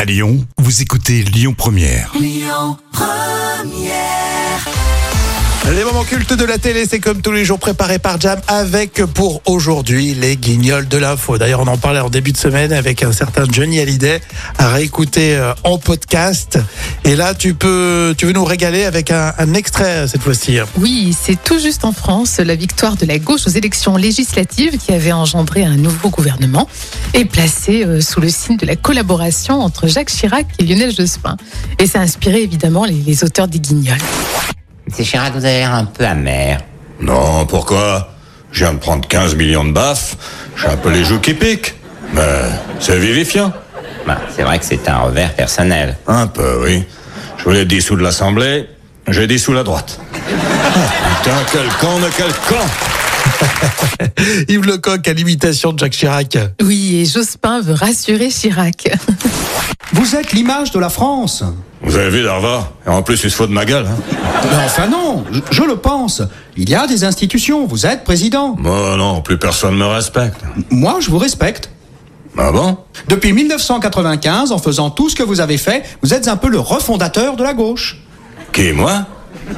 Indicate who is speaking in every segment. Speaker 1: À Lyon, vous écoutez Lyon Première.
Speaker 2: Les moments cultes de la télé, c'est comme tous les jours préparé par Jam avec pour aujourd'hui les guignols de l'info. D'ailleurs, on en parlait en début de semaine avec un certain Johnny Hallyday à réécouter euh, en podcast. Et là, tu peux, tu veux nous régaler avec un, un extrait cette fois-ci. hein.
Speaker 3: Oui, c'est tout juste en France la victoire de la gauche aux élections législatives qui avait engendré un nouveau gouvernement et placé euh, sous le signe de la collaboration entre Jacques Chirac et Lionel Jospin. Et ça a inspiré évidemment les, les auteurs des Guignols.
Speaker 4: C'est Chirac, vous avez l'air un peu amer.
Speaker 5: Non, pourquoi Je viens de prendre 15 millions de baffes, j'ai un peu les joues qui piquent. Mais c'est vivifiant.
Speaker 4: Bah, c'est vrai que c'est un revers personnel.
Speaker 5: Un peu, oui. Je voulais dissoudre l'Assemblée, j'ai dissous la droite. Ah, putain, quel camp de quel camp
Speaker 2: Yves Lecoq à l'imitation de Jacques Chirac.
Speaker 3: Oui, et Jospin veut rassurer Chirac.
Speaker 6: Vous êtes l'image de la France.
Speaker 5: Vous avez vu, Darva Et en plus, il se fout de ma gueule. Hein
Speaker 6: Mais Ben, enfin non, je, je le pense. Il y a des institutions, vous êtes président.
Speaker 5: Moi, non, plus personne me respecte.
Speaker 6: Moi, je vous respecte.
Speaker 5: Ah bon
Speaker 6: Depuis 1995, en faisant tout ce que vous avez fait, vous êtes un peu le refondateur de la gauche.
Speaker 5: Qui, moi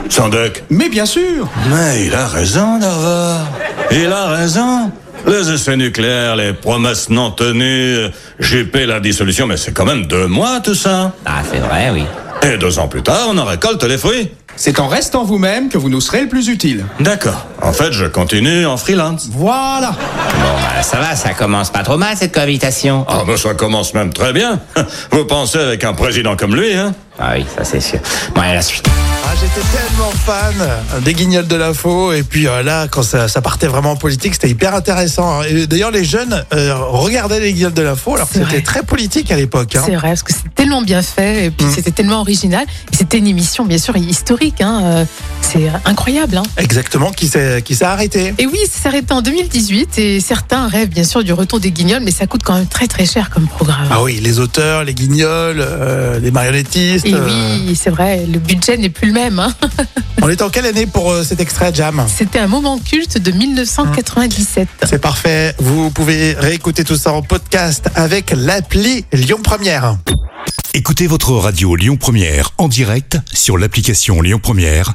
Speaker 5: Sandoc
Speaker 6: Mais bien sûr
Speaker 5: Mais il a raison, Darva. Il a raison. Les essais nucléaires, les promesses non tenues, JP, la dissolution, mais c'est quand même deux mois tout ça.
Speaker 4: Ah, c'est vrai, oui.
Speaker 5: Et deux ans plus tard, on en récolte les fruits.
Speaker 6: C'est en restant vous-même que vous nous serez le plus utile.
Speaker 5: D'accord. En fait, je continue en freelance.
Speaker 6: Voilà
Speaker 4: Bon, bah, ça va, ça commence pas trop mal, cette cohabitation. Oh,
Speaker 5: Ah, ben ça commence même très bien. Vous pensez avec un président comme lui, hein
Speaker 4: Ah oui, ça c'est sûr. Bon, allez, la suite.
Speaker 2: Ah, J'étais tellement fan des guignols de l'info. Et puis euh, là, quand ça, ça partait vraiment en politique, c'était hyper intéressant. hein. Et D'ailleurs, les jeunes euh, regardaient les guignols de l'info alors que
Speaker 3: C'est
Speaker 2: c'était
Speaker 3: vrai.
Speaker 2: très politique à l'époque. hein.
Speaker 3: C'est vrai, parce que c'est tellement bien fait, et puis c'était tellement original. Et C'était une émission, bien sûr, historique. hein, euh, C'est incroyable. hein.
Speaker 2: Exactement, qui s'est qui s'est arrêté.
Speaker 3: Et oui, ça s'est arrêté en 2018 et certains rêvent bien sûr du retour des guignols, mais ça coûte quand même très très cher comme programme.
Speaker 2: Ah oui, les auteurs, les guignols, euh, les marionnettistes.
Speaker 3: et
Speaker 2: euh,
Speaker 3: Eh oui, c'est vrai, le budget n'est plus le même. hein.
Speaker 2: On est en quelle année pour euh, cet extrait, Jam
Speaker 3: C'était un moment culte de 1997.
Speaker 2: C'est parfait. Vous pouvez réécouter tout ça en podcast avec l'appli Lyon Première.
Speaker 1: Écoutez votre radio Lyon Première en direct sur l'application Lyon Première,